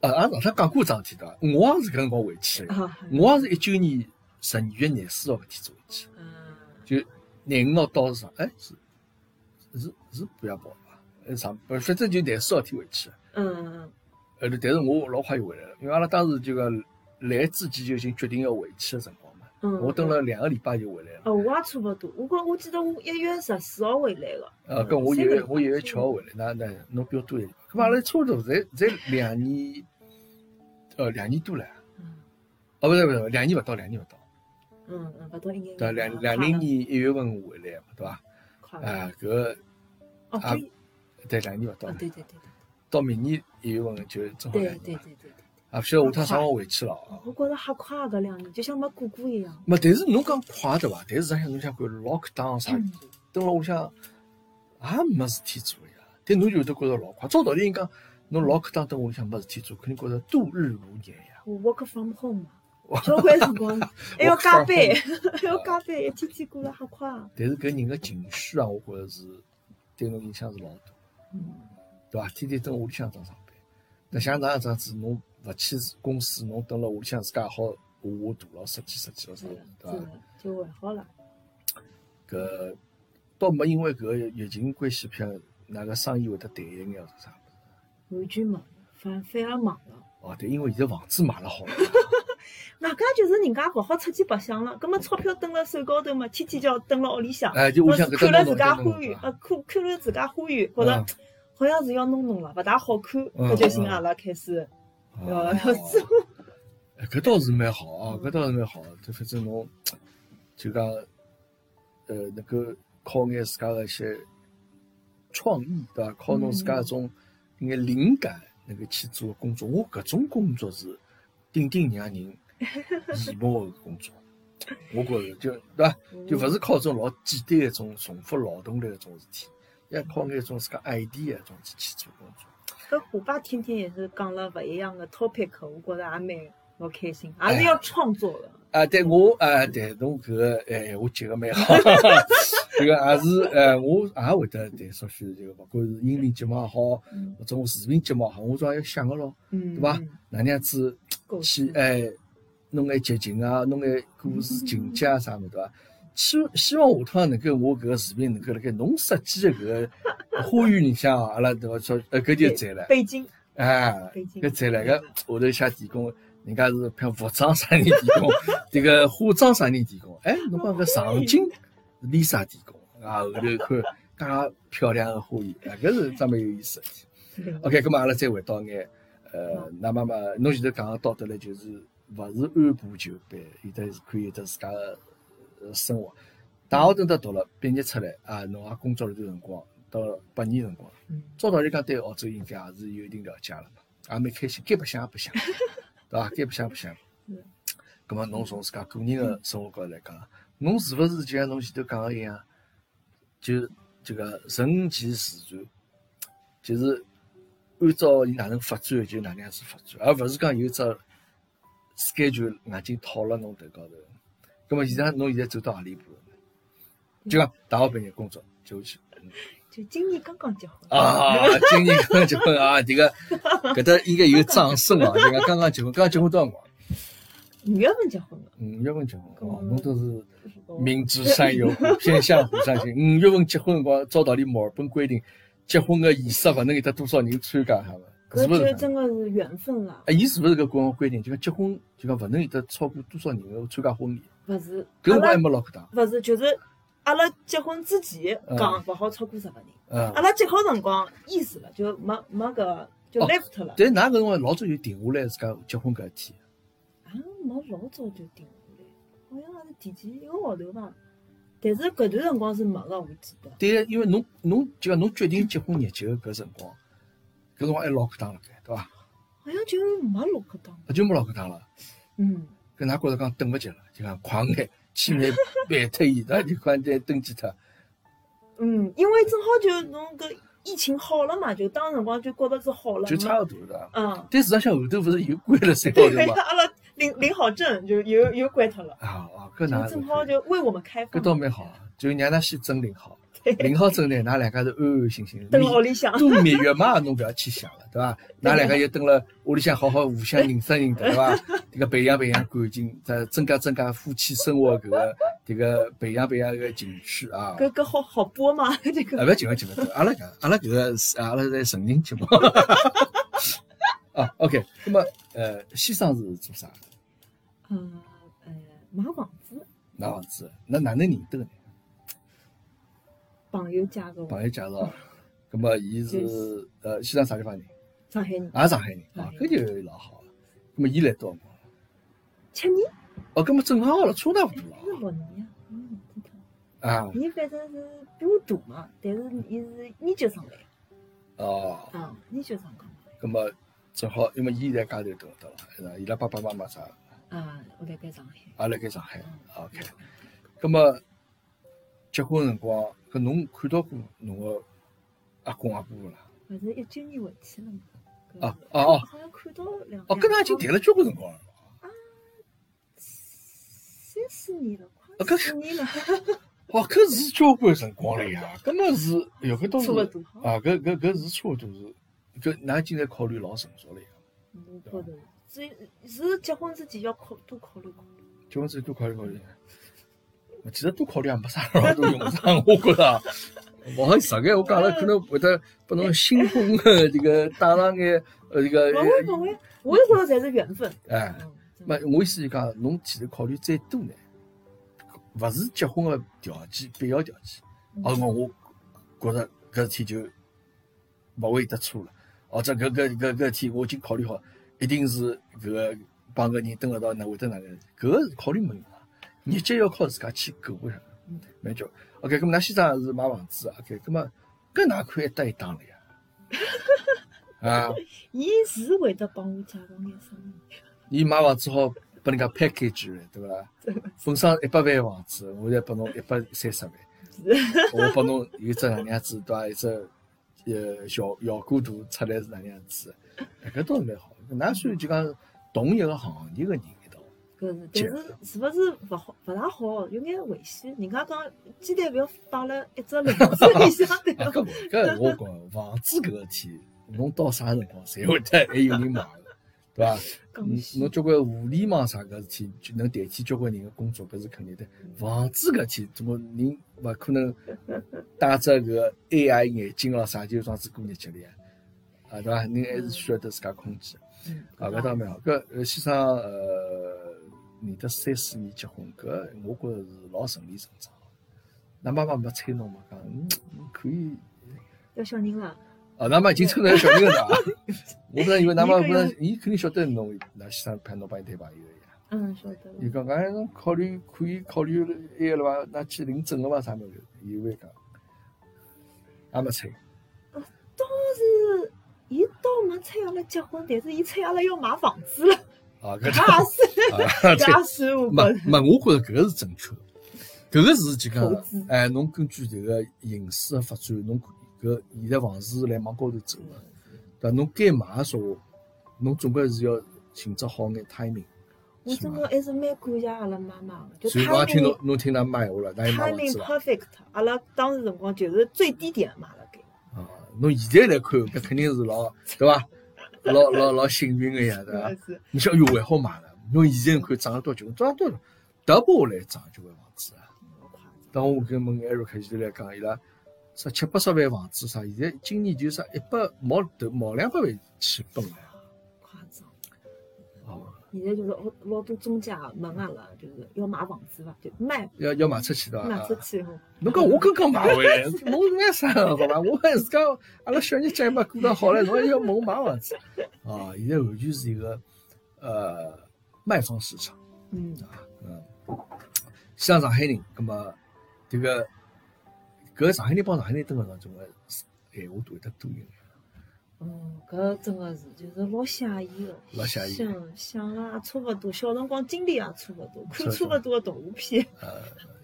啊，俺上趟讲过桩事体对伐？我也是搿辰光回去了，
啊，
我也是一九年十二月廿四号搿天子回去，
嗯
就廿五号到上，哎是是是不要跑伐？哎上反正就廿四号天回去了。后
嗯
呃头，但是我老快就回来了，因为阿拉当时就讲来之前就已经决定要回去的辰光嘛，
嗯，
我等了两个礼拜就回来了。
哦，我也差不多，我讲我记得我一月十四号回来个，
呃，跟我一
三个
月
礼拜
我一月七号回来，那那侬比我多一点。咁阿拉差不多，侪侪两年，呃，两年多了。
嗯
哦，不对不对，两年勿到，两年勿到，
嗯嗯，勿到一年，
对，两两零年一月份我回来嘛，对伐？
快了，
啊，搿
哦
啊
对，
对两年勿到
啊，对对对
到明年一月份就正好
对
两年
对对
嘛。
对对对，
啊，不晓得下趟啥辰光回去了啊？
我觉着好快啊搿两年，就像没过过一样，
没，但是侬讲快对伐？但是实际上侬想看 lockdown 啥
嗯
蹲辣屋里向也啊没事体做呀。但侬就会得觉着老快。照道理应讲，侬老克当蹲屋里向没事体做，肯定觉着度日如年呀。
我 work from home 嘛，交关辰
[LAUGHS]
光还哎要
Work
加
from
班，还 [LAUGHS] 要加班，一天天过了好快啊，
但是搿人个情绪啊，我觉着是对侬影响是老大，
嗯。
对伐？天天蹲屋里向当上班，那像哪样子样子，侬勿去公司，侬蹲辣屋里向自家也好画画图咯，设计设计咯啥
是
物
的
事，，
是
对伐
的？，就还好了。
搿倒没因为搿个疫情关系，譬如哪个生意会得淡一眼或者啥物事。
完全没，反反而忙了。
哦，对，因为现在房子买了
[LAUGHS]
好了。
外加就是人家勿好出去白相了，葛末钞票蹲辣手高头嘛，天天就要蹲辣屋里向，
哎，就屋里向搿搭
看了
弄
自
弄
家
搿搭
花
弄
园
弄，
呃，看看了自家花园，觉着
嗯
好像是要弄弄了，勿大好看，
嗯
搿就寻
嗯
阿拉开始要
哦
要做。
哎搿倒是蛮好啊，搿倒是蛮好的。就反正侬就讲，呃，能够靠眼自家的一些创意，对伐？靠侬自家一种一眼灵感，能够去做工作。我搿种工作是顶顶让人羡慕的工作。我觉着就对伐？嗯就
嗯
勿是靠种老简单的一种重复劳动力的一种事体，要靠眼种自家 idea 的一种去去做工作。
搿虎爸天天也是讲了勿一样的 topic，我觉着也蛮老开心，
哎
也是要创作的。
啊，对我啊，对侬搿个哎，我接个蛮好，这个也是，呃，我也会得对，说许这个，不管是音频节目也好，
嗯
或者我视频节目也好，我总要想个咯，
嗯，
对吧
嗯？
哪能样子
构
去
思，
哎，弄眼剧情啊，弄眼故事情节啊啥么对伐？希希望下趟能够我搿个视频能够辣盖侬设计的搿个花园里向啊，阿拉对伐？说呃搿就赞了，
北京，
哎，
北京
搿赞了，搿下头写提供，人家是像服装啥人提供，这个化妆啥人提供，哎，侬讲搿场景是 Lisa 提供，啊，后头看介漂亮的花园，啊，搿是真蛮有意思的事体。OK，咁嘛，阿拉再回到眼，呃，那妈妈，侬前头讲个到头来就是，勿是按部就班，有的是可以有得自家个呃生活。大学等到读了，毕业出来啊，侬也工作了一段辰光，到了八年辰光，
嗯
照道理讲对澳洲应该也是有一定了解了嘛，也蛮开心，该白相也白相，对伐？该白相白相
嗯。
咁么，侬从自家个人个生活高头来讲，侬是勿是就像侬前头讲个一样，就这个顺其自然，就是按照伊哪能发展就哪能样子发展，而勿是讲有只 schedule 硬劲套辣侬头高头。咁啊么，现在侬现在走到何里一步了呢？就讲大学毕业工作就去。
就今年刚刚结婚，
啊，今年刚刚结婚啊，这个搿搭应该有掌声啊！这个刚刚结婚，刚刚结婚多少辰光？
五月份结婚的，
五月份结婚
嗯
哦，侬都是明知山有虎，偏向虎山行。五月份结婚辰光，照道理墨尔本规定，结婚个仪式勿啊能有得多少人参加，哈勿？
搿
是勿？
就是真的是缘分了，
哎，伊是勿是搿国规定？就讲结婚，就讲勿能有得超过多少人个参加婚礼？
勿是，
搿
阿
我还
拉
没落过当。
勿是就是。阿拉结婚之前
嗯
讲勿好超过十个人，
嗯
阿，拉结婚辰光意思了，就没没搿就
哦
left 了。
但㑚搿辰光老早就定下来自家结婚搿事体。
啊，没老早就定下来，好像也是提前一个号头吧。但是搿段辰光是没个，我记得。
对，因为侬侬就讲侬决定结婚日期个搿辰光，搿辰光还老课堂辣盖，对伐？
好像就没录搿档。
啊就没老课堂了，
嗯，
搿㑚觉着讲等勿及了，就讲快眼去眼办脱伊， [LAUGHS] 那就快点登记脱。
嗯，因为正好就侬搿疫情好了嘛，就当辰光就觉着是好了嘛。
就差勿多是伐？
嗯，
但事实上后头勿是又关了三号
对，
头嘛？
阿拉领领好证就又又关脱了，
啊啊，搿
就
哪
正好就为我们开
搿
放，
倒蛮好，啊就让㑚先整领好
对，
领好证呢，㑚两家头安安心心。
等
蜜
屋
[LAUGHS]
里向。
度蜜月嘛，侬勿要去想了，对伐？㑚两个就蹲了屋里向好好互相认识认得，对伐？ [LAUGHS] 这个培养培养感情，再增加增加夫妻生活搿个这个培养培养搿个情趣啊。
搿搿好好播嘛， [LAUGHS] 这
啊，
个
勿要紧，勿要紧，勿要紧。阿拉搿阿拉搿个是阿拉在成人节目。 [LAUGHS] 啊，OK，那么呃，先生是做啥的？
嗯呃买房子，
拿房子的？那哪能认得呢？
朋友介绍
朋友介绍，那么伊
[LAUGHS] 就是
呃，先生啥地方人？
上海人，
也是上海人啊，
上海
搿就老好了。那么伊来多少辰光？
七年，
哦，搿么正好了，差大勿多
是
了
六年呀，嗯，真的。
啊。
伊反正是比我大嘛，但是伊是研究生来，
哦，
啊，研究生刚
那么正好，因为伊在家头读的了，是吧伊拉爸爸妈妈啥
刚，啊，我辣盖上海，
也辣盖上海。OK，啊
嗯
那么结婚辰光，搿侬看到过侬个阿公阿婆勿啦？
勿是一九年回去了嘛，搿
啊啊哦
好像看到两
哦，跟㑚已经谈了交关辰光了。
三四年了，
啊
快
搿
四年了，
哦，搿是交关辰光了呀。搿么是，哎哟，搿倒
差勿
是
多，
啊，搿搿搿是差勿多是，搿㑚现在考虑老成熟了呀。
我觉着是是结婚之前要考多考虑考虑，
结婚之后多考虑考虑。其实多考虑也没啥老多用场，我觉着啊。勿好意思啊，搿我讲了可能会得拨侬新婚的这个带上眼呃这个
勿会勿会，我有时候侪是缘分，
哎。
嗯真
没
的，
我意思就讲，侬其实考虑再多呢，勿是结婚个条件必要条件。
嗯
哦，我我觉着搿事体就勿会得错了。或者搿搿搿搿事体我已经考虑好，一定是搿个帮搿人蹲辣一道，哪会得哪能？搿个是考虑没用啊，日脚要靠自家去过个呀
嗯。
蛮叫 OK，搿么㑚先生是买房子，OK，搿啊么搿哪看一搭一档了呀？啊，
伊是会得帮我介绍眼生意，
伊买房子好拨人家 package 了，对伐？
真的
奉上一百万房子，我再拨侬一百三十万，
是，
我拨侬有只哪能样子，对伐？一只呃效效果图出来是哎哪能样子？搿倒是蛮好，搿㑚算就讲同一个行业个人一道，
搿搿是，但是是勿是勿好勿大好，有眼危险。人家讲鸡蛋勿要放辣一只笼子里向，对伐
啊？搿搿我讲房子搿事体，侬到啥辰光侪会得还有人买的，对伐？
讲
嗯侬交关互联网啥搿事体，就能代替交关人个工作，搿是肯定的。房子搿事体，怎么人勿可能戴只搿 AI 眼镜咯啥，就装子过日脚了呀？啊，对伐？人还是需要得自家空间。
嗯
啊，搿倒蛮好。搿呃先生呃，你的三四年结婚，搿我觉着是老顺理成章。㑚妈妈没催侬嘛？讲嗯可以。
要小人了，
啊，㑚妈已经催侬小人了啊！我本来以为㑚妈不能，伊肯定晓得侬，㑚先生派侬帮伊谈朋友呀。
嗯，晓得。
伊讲，哎，侬考虑可以考虑埃个了伐？那去领证了伐？啥物事？伊会讲，也没催。
当时伊倒没催阿拉结婚，但是伊催阿拉要买房
[LAUGHS]
子了，
啊，搿
搿也是 [LAUGHS]
啊，
搿也是我觉
[LAUGHS] 没
着
没，我觉着搿个是正确的，搿个是就
投
讲
资，
哎，侬根据迭个形势的发展，侬搿现在房市是辣往高头走个，对伐？侬该买个说话，侬总归是要寻只好眼 timing。
我真的还是蛮感谢阿拉妈妈的，就
所以我也听
timing
侬侬听㑚妈闲话了，㑚伊妈房
timing
子伐？
perfect，阿拉当时辰光就是最低点买了给。
啊，侬现在来看，搿肯定是老对伐？老老老幸运个呀，对伐
真？的是，
你想，哎哟，还好买了。侬现在看涨了多久？涨了多少？double 来涨就万房子啊！
老夸张
当我跟问 Eric 现在来讲，伊拉啥七八十万房子啥，现在今年就啥一百毛头毛两百万起蹦了。
夸张。
哦，
现在就是老老多啊中介问阿拉，就是要买房子伐，就卖
要要卖出去
[LAUGHS]
的
卖
伐
出？去后，
侬讲啊我刚刚买回来，侬买啥好伐？我还是讲阿拉小日子还没过得好嘞，侬还要问我买房子？啊，现在完全是一个呃卖方市场。
嗯，
像上海人，葛么迭个搿上海人帮上海人蹲辣当中个闲话会得多一眼。
嗯，搿真个是就是老写意个，
老写意
想想了也差勿多，小辰光经历也差勿多，看
差
差
勿多
勿多个动画片。
呃，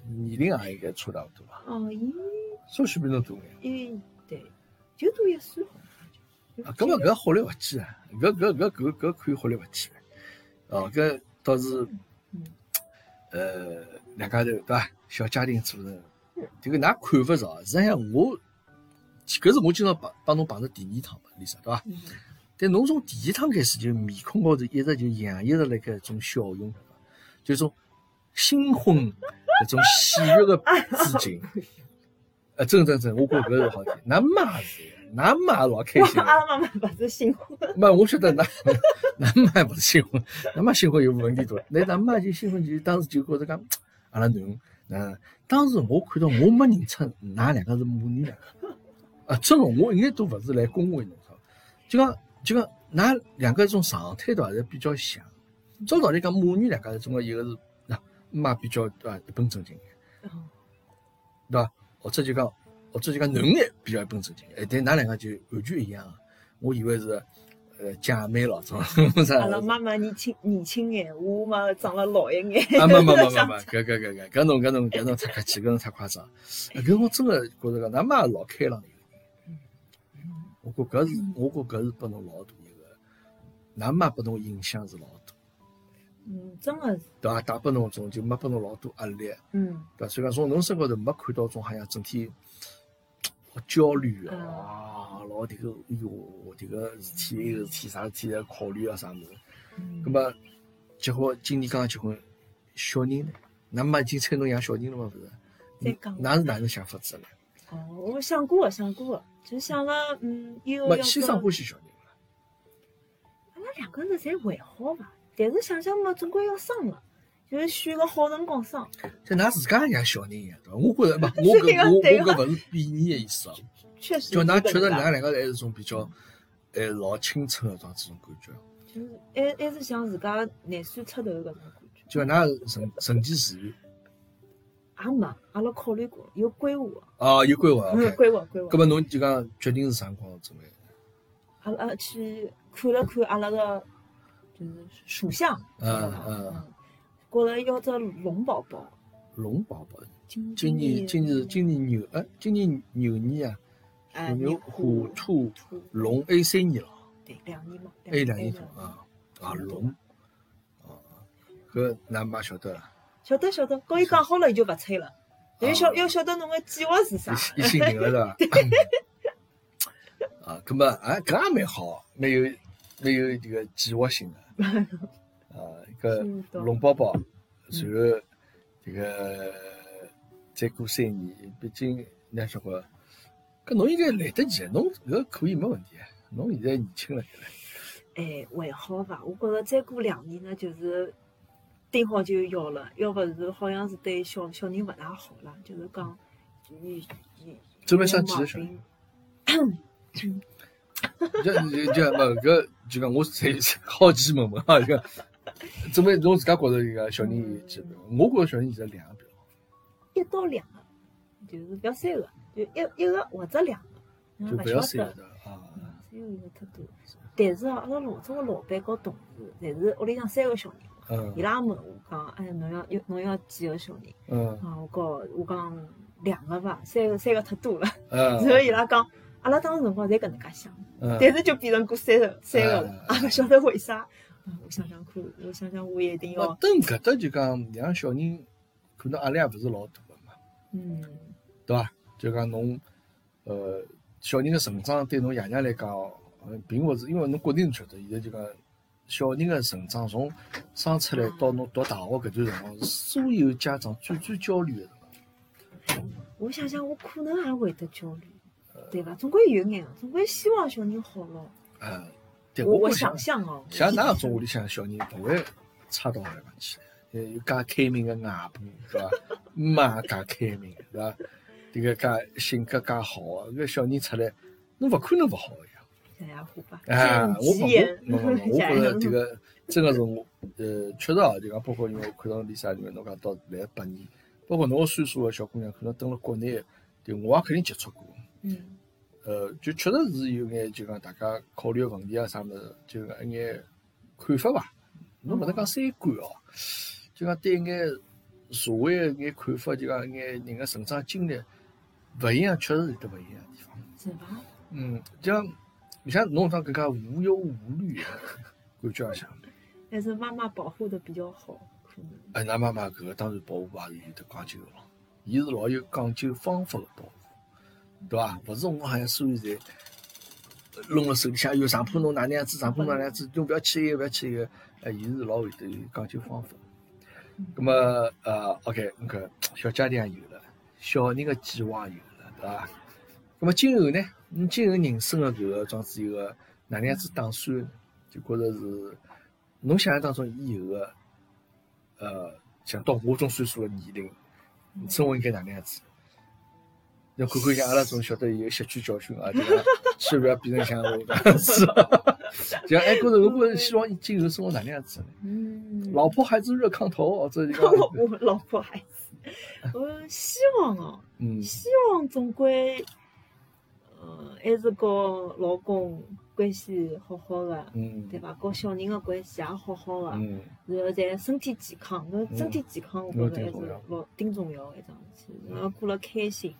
年龄也应该差勿多吧，
哦，伊
稍许比侬大眼。
伊对，就多一岁好像就。
啊，搿么搿好来勿起啊，搿搿搿搿搿可以好来勿起啊，哦，搿倒是
嗯，
呃，两家头对伐？小家庭组成，迭个㑚看勿着，实际上我，搿是我今朝帮帮侬碰着第二趟嘛，丽莎对伐？
嗯
但侬从第一趟开始就面孔高头一直就洋溢着辣盖一种笑容，就种新婚搿种喜悦的资金。呃，真真真，我觉着搿是好听。㑚妈是，㑚妈老开心
[LAUGHS] 我。阿拉妈妈勿是新婚，
妈，我晓得 [LAUGHS] 㑚㑚妈也勿是新婚，㑚妈新婚有问题多。那㑚妈就新婚就当时就觉着讲，阿拉囡，嗯，当时我看到我没认出㑚两个是母女两个。啊，真个，我一眼都勿是来恭维侬，知道伐就讲就讲，㑚两个种状态对伐，是比较像。照道理讲，母女两家中个一个是那妈比较对伐一本正经眼，
哦
对伐？或者就讲，或者就讲囡眼比较一本正经，哎，但㑚两个就完全一样啊。我以为是呃姐妹咯，种啥？
阿拉妈妈年轻年轻眼，我嘛长了老一眼。
啊，没
[LAUGHS]
没没没没，搿搿搿搿搿侬搿侬搿侬太客气，搿侬太夸张。啊搿我真个觉着讲，㑚妈也老开朗一个人。我觉搿
嗯
是，我觉搿是拨侬老大一个，㑚妈拨侬影响是老大，
嗯，真个是，
对伐？带拨侬种就没拨侬老多压力，
嗯，
对伐？所以讲从侬身高头没看到种好像整天老焦虑个，
嗯
啊，老迭个，哎哟，迭个事体那个事体啥事体在考虑啊啥物事。
嗯
葛么结婚，今年刚刚结婚，小人呢？㑚妈已经催侬养小人了嘛？勿是？
再讲
㑚是哪能想法子嘞？
哦，我想过想过，就想了，嗯，以后要
没先生
做
欢喜小人伐？
阿拉两个人侪还好伐？但是想想嘛，总归要生了，就是选个好辰光生。
就㑚自家也养小人一样，对伐？我觉着勿，我
是
搿
呀
我我
对呀
搿勿是贬义的意思哦，
确实是
就
搿能
㑚
介，
觉着㑚两个人还是种比较，还老青春的这样子种感觉。啊
就是还还是想自家廿岁出头搿种感觉。
就㑚成成其自然，
也没，阿拉考虑过，有规划，
哦，有规划。
嗯，
OK，
规划规划
葛。么侬就讲决定是啥辰光准备？
阿拉去看了看阿拉个就是属相，
嗯嗯
嗯，觉着要只龙宝宝，
龙宝宝，
今
今年今年是今年牛，哎，今年牛年啊，
哎
牛虎
虎
兔
兔
龙，哎，三年了。
对，两年嘛，
哎，两年
年
啊多啊啊龙，啊搿㑚妈晓得了，
晓得晓得，跟伊讲好了，伊就勿催了。但晓要晓得侬个计划是啥
伊。心伊心啊定了是伐？啊，葛末啊，搿也蛮好，蛮有蛮有这个计划性的。啊，搿
是的
龙宝宝，
嗯
然后这个再过三年，毕竟那小觉，搿侬应该来得及，侬搿可以没问题。侬现在年轻了，现在
哎，还好吧，我觉着再过两年呢，就是顶好就要了，要勿是好像是对小小人勿大好啦，就是讲，伊伊
准备
有
想几
毛
个小人？
病。
就就就勿搿就讲我才好奇问问啊，就讲准备侬自家觉着一个小人有几个？我觉着小人现在两个比较好。
一到两个，就是不要三个，就一一个或者两个，
就
嗯
不
勿
要
晓
三
得
个。
嗯
的啊。
三个有点太多，但是哦，阿拉老早个老板和同事，侪是屋里向三个小人，伊
嗯
拉问我讲，哎，侬要要侬要几个小人？ [LAUGHS]
嗯
啊，我讲我讲两个吧，三个三个太多了。然后
嗯
伊拉讲，阿拉当时辰光侪搿能介想，
嗯，
但是就变成过三个三个了，
嗯
也勿晓得为啥。啊我想想看，我想想，我也一定
那
要，
等搿搭就讲两个小人，可能压力也勿是老大个嘛，
嗯，
对伐？就讲侬呃小人个成长对侬爷娘来讲，呃并勿是因为侬国内侬晓得，现在就讲小人个成长从生出来到侬读大学搿段辰光，是所有家长最最焦虑个辰光。
我想想，我可能也会得焦虑，
嗯
对伐？总归有眼，总归希望小人好咯。
啊，对
我
我
想象哦，我
像
想
那
象
种屋里向小人不会差到外面去，呃，有介开明个外婆对伐？妈介开明对伐？这个介性格介好啊个，搿小人出来，侬勿可能勿好个呀！
象牙虎吧，
啊，我
见
勿
其言
我勿
[LAUGHS]
勿，我
假
觉着
象
这个真个是我，呃，确实啊，就讲包括因为我看到丽莎里面侬讲到来八年，包括侬个岁数个小姑娘，可能蹲辣国内，对我也肯定接触过。
嗯，
呃，就确实是有眼就讲大家考虑问题啊啥物事，就讲一眼看法伐。侬勿能讲三观哦，就讲对一眼社会个一眼看法，就讲一眼人个成长经历勿一样，确实有得勿一样个地方。
是伐？
嗯，就像你像侬讲更加无忧无 [LAUGHS] 虑啊个感觉也像。
但是妈妈保护的比较好，可能。
哎，㑚妈妈搿个当然保护也是有得讲究个咯，伊是老有讲究方法个保护，对伐？勿是我好像所有侪弄辣手里向，哎哟上铺弄哪能样子，上铺弄哪能样子，侬勿要去一个，勿要去一个，哎，伊是老会得有讲究方法。葛么呃，OK，那个小家庭也有了，小人个计划也有了，对伐？葛么今后呢？侬今后人生个搿个庄子有个哪能样子打算呢？就觉着是侬想象当中以后个。呃，像到我这种岁数的年龄，生活应该哪能样子？要看看像阿拉总晓得有吸取教训啊，对伐？千万不要变成像我这样子。 [LAUGHS] 就像哎，觉着如果希望今后生活哪能样子呢？
嗯，
老婆孩子热炕头，哦或者就
[LAUGHS]
讲，
我我 [LAUGHS] 老婆孩子，我希望哦，
嗯
希望总归，呃，还是和老公关系好好的，对
嗯
伐？和小人的关系也好好的，
嗯，
然后再身体健康，搿身体健康我觉着
搿
还
挺重
是
要
老挺重要的一桩事体，然后过了开心，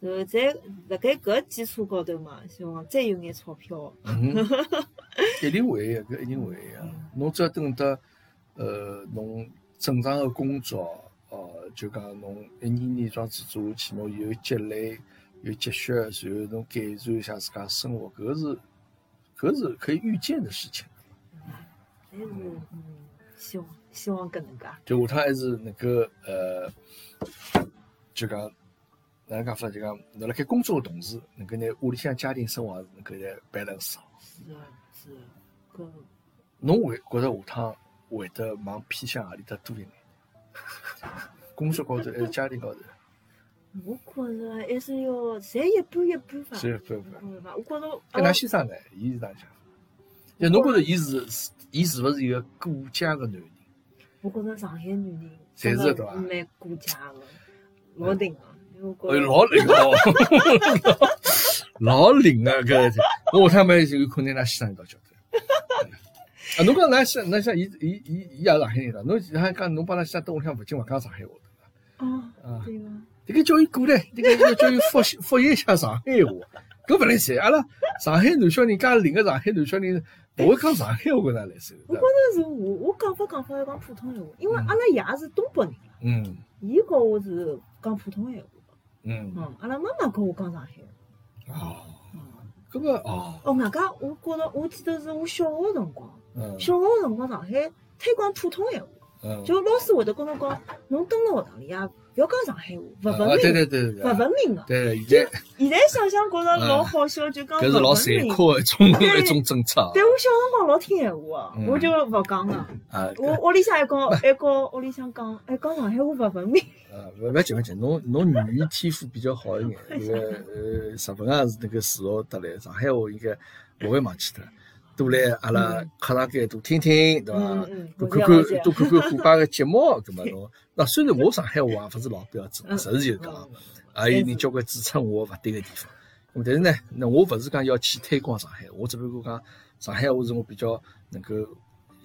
然后再辣盖搿基础高头嘛，希望再有眼钞票，
嗯，一定会呃个，搿一定会个。侬只要等得，呃，侬正常个工作，呃，就讲侬一年年装子做下去，侬有积累，有积蓄，然后侬改善一下自家生活，搿是搿是可以预见的事情。
哎还是嗯，希望希望搿能介，
就下趟还是能够呃，就讲哪能讲法，就讲侬辣盖工作个同时，能够拿屋里向家庭生活能够来 balance 好。
是的是的，搿。
侬会觉着下趟会得往偏向何里搭多一眼？工作高头还是家庭高头？
我觉着还啊是要侪一半一半吧，
是不
一
不。
半一半。我觉着
搿
阿
㑚
拉
先生呢？伊是哪能想法？就侬觉着伊是是伊是勿是一个顾家个男人？
我觉着上海女人
侪是
真的
对伐
蛮顾家个，老顶个。因
哎，
为我觉着
老灵哦，老灵啊！搿我下趟蛮有可能㑚先生一道交代。啊，侬讲㑚先，㑚先，伊伊伊伊也上海人啦。侬还讲侬帮㑚先生蹲屋里向勿进勿讲上海话对伐？
哦
啊，
对个，
这个叫伊过来，这个要叫伊复习复习一下上海话，搿勿来三。阿拉上海男小人，介灵个上海男小人，勿会讲上海话哪来塞？
我觉着是我我讲法讲法要讲普通闲话，因为阿拉爷是东北人，
嗯
伊教我是讲普通闲话。
嗯
嗯，阿拉妈妈跟我讲上海话。
哦，
嗯
搿么哦，
哦，外加我觉着，我记得是我小学辰光，
嗯
小学辰光上海推广普通闲话，
嗯，
就老师会得跟侬讲，侬蹲辣学堂里啊，勿要讲上海话，勿
啊
文
对
明，
对对对
勿文明啊个。
对，现在
现在想想觉着老好笑，就讲
搿是
勿
老
文
残
明。
酷的一种
对
一种政策啊
但我小辰光老听闲话啊
嗯，
我就勿讲了。
啊。
我屋里向 [LAUGHS] 还跟还跟屋里向讲，还讲上海话勿文明。
呃，勿勿要紧勿要紧，侬侬语言天赋比较好一眼，那个呃，日本也是那个自学得来，上海话应该勿会忘记的。多来阿拉客堂间多听听，对伐
嗯？嗯，
多
我
看
了解
看多看看虎爸个节目，啊搿
[LAUGHS]
么侬那虽然我上海话也勿是老标准，
嗯
实事求是
嗯
讲，也有人交关指出我勿对个地方。咁但是呢，那我勿是讲要去推广上海，我只不过讲上海话是我比较能够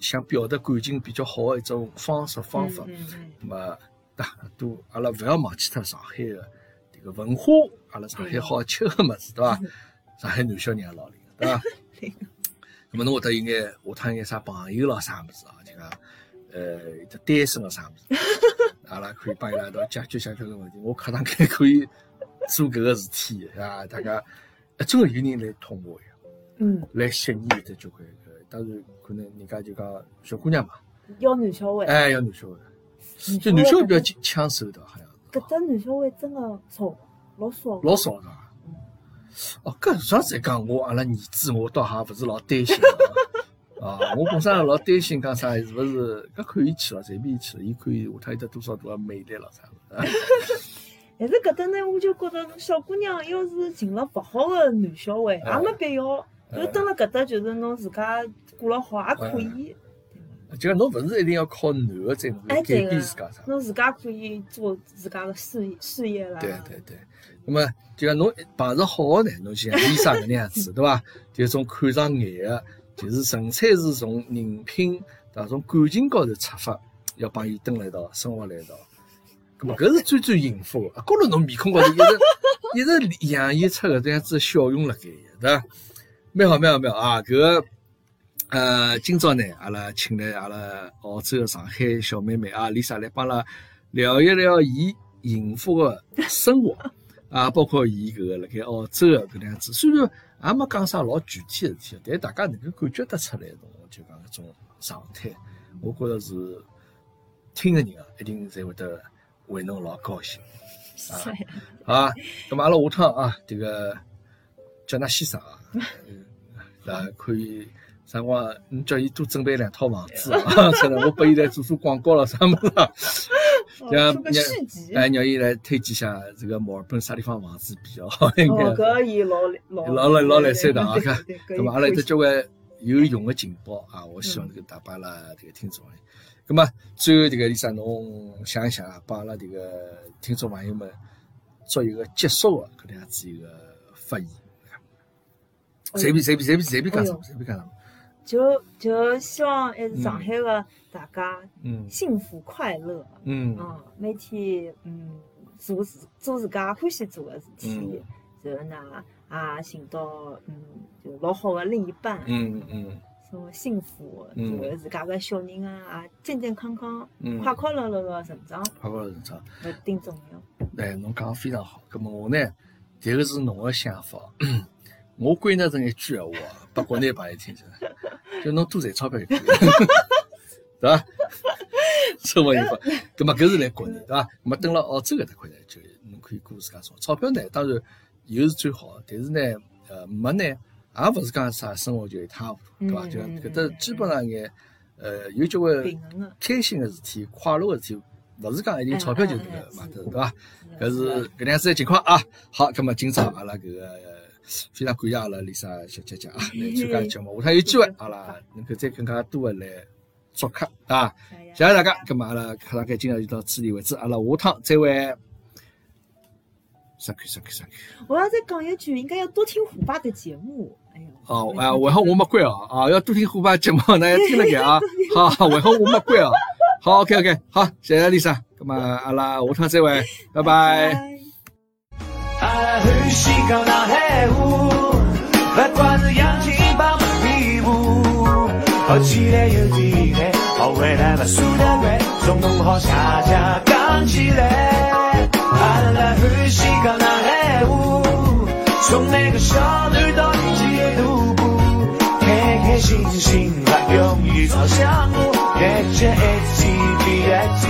想表达感情比较好个一种方式方法。
嗯嗯
那么，对吧都阿拉勿要忘记脱上海个迭个文化，阿拉上海好吃个物事，对伐？上海男小人也老灵，对伐？那么侬会得有眼下趟有眼啥朋友咯啥物事啊？就讲，呃，有得单身个啥物事，阿拉可以帮伊拉一道解决解决搿个问题。我课堂间可以做搿个事体啊，大家呃真个有人来捅我呀，
嗯
来吸引有得交关个。当然，可能人家就讲小姑娘嘛，
嗯，要男小孩，
哎，要男小孩。就男小孩比较抢手的，好像
搿只男小孩真个少，老少。
老少的。哦，搿啥子讲我阿拉儿子，我倒还勿是老担心啊。
[LAUGHS]
啊，我本身也老担心，讲啥是勿是？搿看伊去了，随便伊去了，伊看伊下趟有得多少多少魅力了啥的。 [LAUGHS]
但是搿搭呢，我就觉着侬小姑娘要是寻了勿好个男小孩，
哎
也没必要。就蹲辣搿搭，就是侬自家过了好
哎
也可以，
就讲侬勿是一定要靠男的才能够改
哎对
变
个
自家啥。
侬自家可以做自家个事业事业啦。
对
[LAUGHS]
对对，那么就讲侬碰着好的呢，侬就像医生搿能样子，对伐？就种看上眼的，就是纯粹是从人品，对伐？从感情高头出发，要帮伊蹲辣一道，生活辣一道。咁么搿是最最幸福的。啊，觉着侬面孔高头一直 [LAUGHS] 一直洋溢出搿样子的笑容辣盖，对伐？蛮好蛮好蛮好啊！搿个呃，今朝呢，阿拉请来阿拉澳洲的上海小妹妹啊，丽莎来帮阿拉聊一聊伊幸福的生活啊，包括伊搿个辣盖澳洲的搿能样子。虽然也没讲啥老具体的事体，但大家能够感觉得出来，侬就讲搿种状态，我觉着是听个人啊，一定侪会得为侬老高兴。
是呀，
啊，那么阿拉下趟啊，这个叫那先生啊，嗯那可以啥辰光你叫伊多准备两套房子啊， [LAUGHS] 真的，我拨伊来做做广告了啥么子啊，
哦做个续集。
哎，让伊来推荐一下这个墨尔本啥地方房子比较好 [LAUGHS] 一
哦，
眼，
搿伊老老
老老老来塞的啊
对
看
对
[LAUGHS]
对
那么阿拉有得交关有用的情报啊，我希望这个带拨阿拉这个听众朋友。那么最后这个丽莎，侬想一想啊，帮阿拉这个听众朋友们做一个结束的啊搿能样子一个发言。随便随便随便随便讲什么，随便讲什么。
就就希望还是上海个大家
嗯
幸福快乐，
嗯
嗯，每天嗯做自做自家欢喜做个事
嗯
体，然后呢也寻到嗯就老好个另一半，
嗯嗯
生活幸福，
嗯
然后自家个小人啊也健健康康、
嗯，
快快乐乐个成长，
快快正常。
搿顶重要。
哎，侬讲得非常好。咁么我呢，迭个是侬的想法， [CLEARS THROAT] 我归纳成一句闲话啊，拨国内朋友听起来，就侬多赚钞票就可以了， [LAUGHS] 对伐？生活幸福。咁么搿是来国内，对伐？咁么等了澳洲搿搭块呢，就侬可以过自家生活。钞票呢，当然有是最好的，但是呢，呃，没呢，也勿是讲啥生活就一塌糊涂，对伐？
嗯
就
嗯
搿搭基本上眼，呃，有交关
平衡个，
开心个事体、快乐个事体，勿是讲一定钞票就能
哎哎
够
哎
买得，
是
对伐？搿
的
是搿能样子的情况啊。好，葛末今朝阿拉搿个呃非常感谢阿拉丽莎小姐姐啊来参加节目，下趟有机会阿拉能够再更加多的来做客啊。
哎呀
谢谢大家，葛末阿拉客堂间今朝就到此地为止，阿拉下趟再会。thank you，thank you，thank you。
我要再讲一句，应该要多听虎爸的节目。哎呀， [LAUGHS]
哦，哎，还好我没关哦，啊，要多听虎爸节目，大家听了该啊。好，还好我没关哦。好，OK，OK，好，谢谢丽莎，葛末阿拉下趟再会，拜拜。
啊，欢喜讲上海话，不怪是洋泾浜的屁股。好起来又起来，好未来把苏打瑞，从农好恰恰干起来。阿拉拉呼吸干那海雾，从那个小女到年纪的独步，开开心心把友谊朝向我，带着爱情的爱情。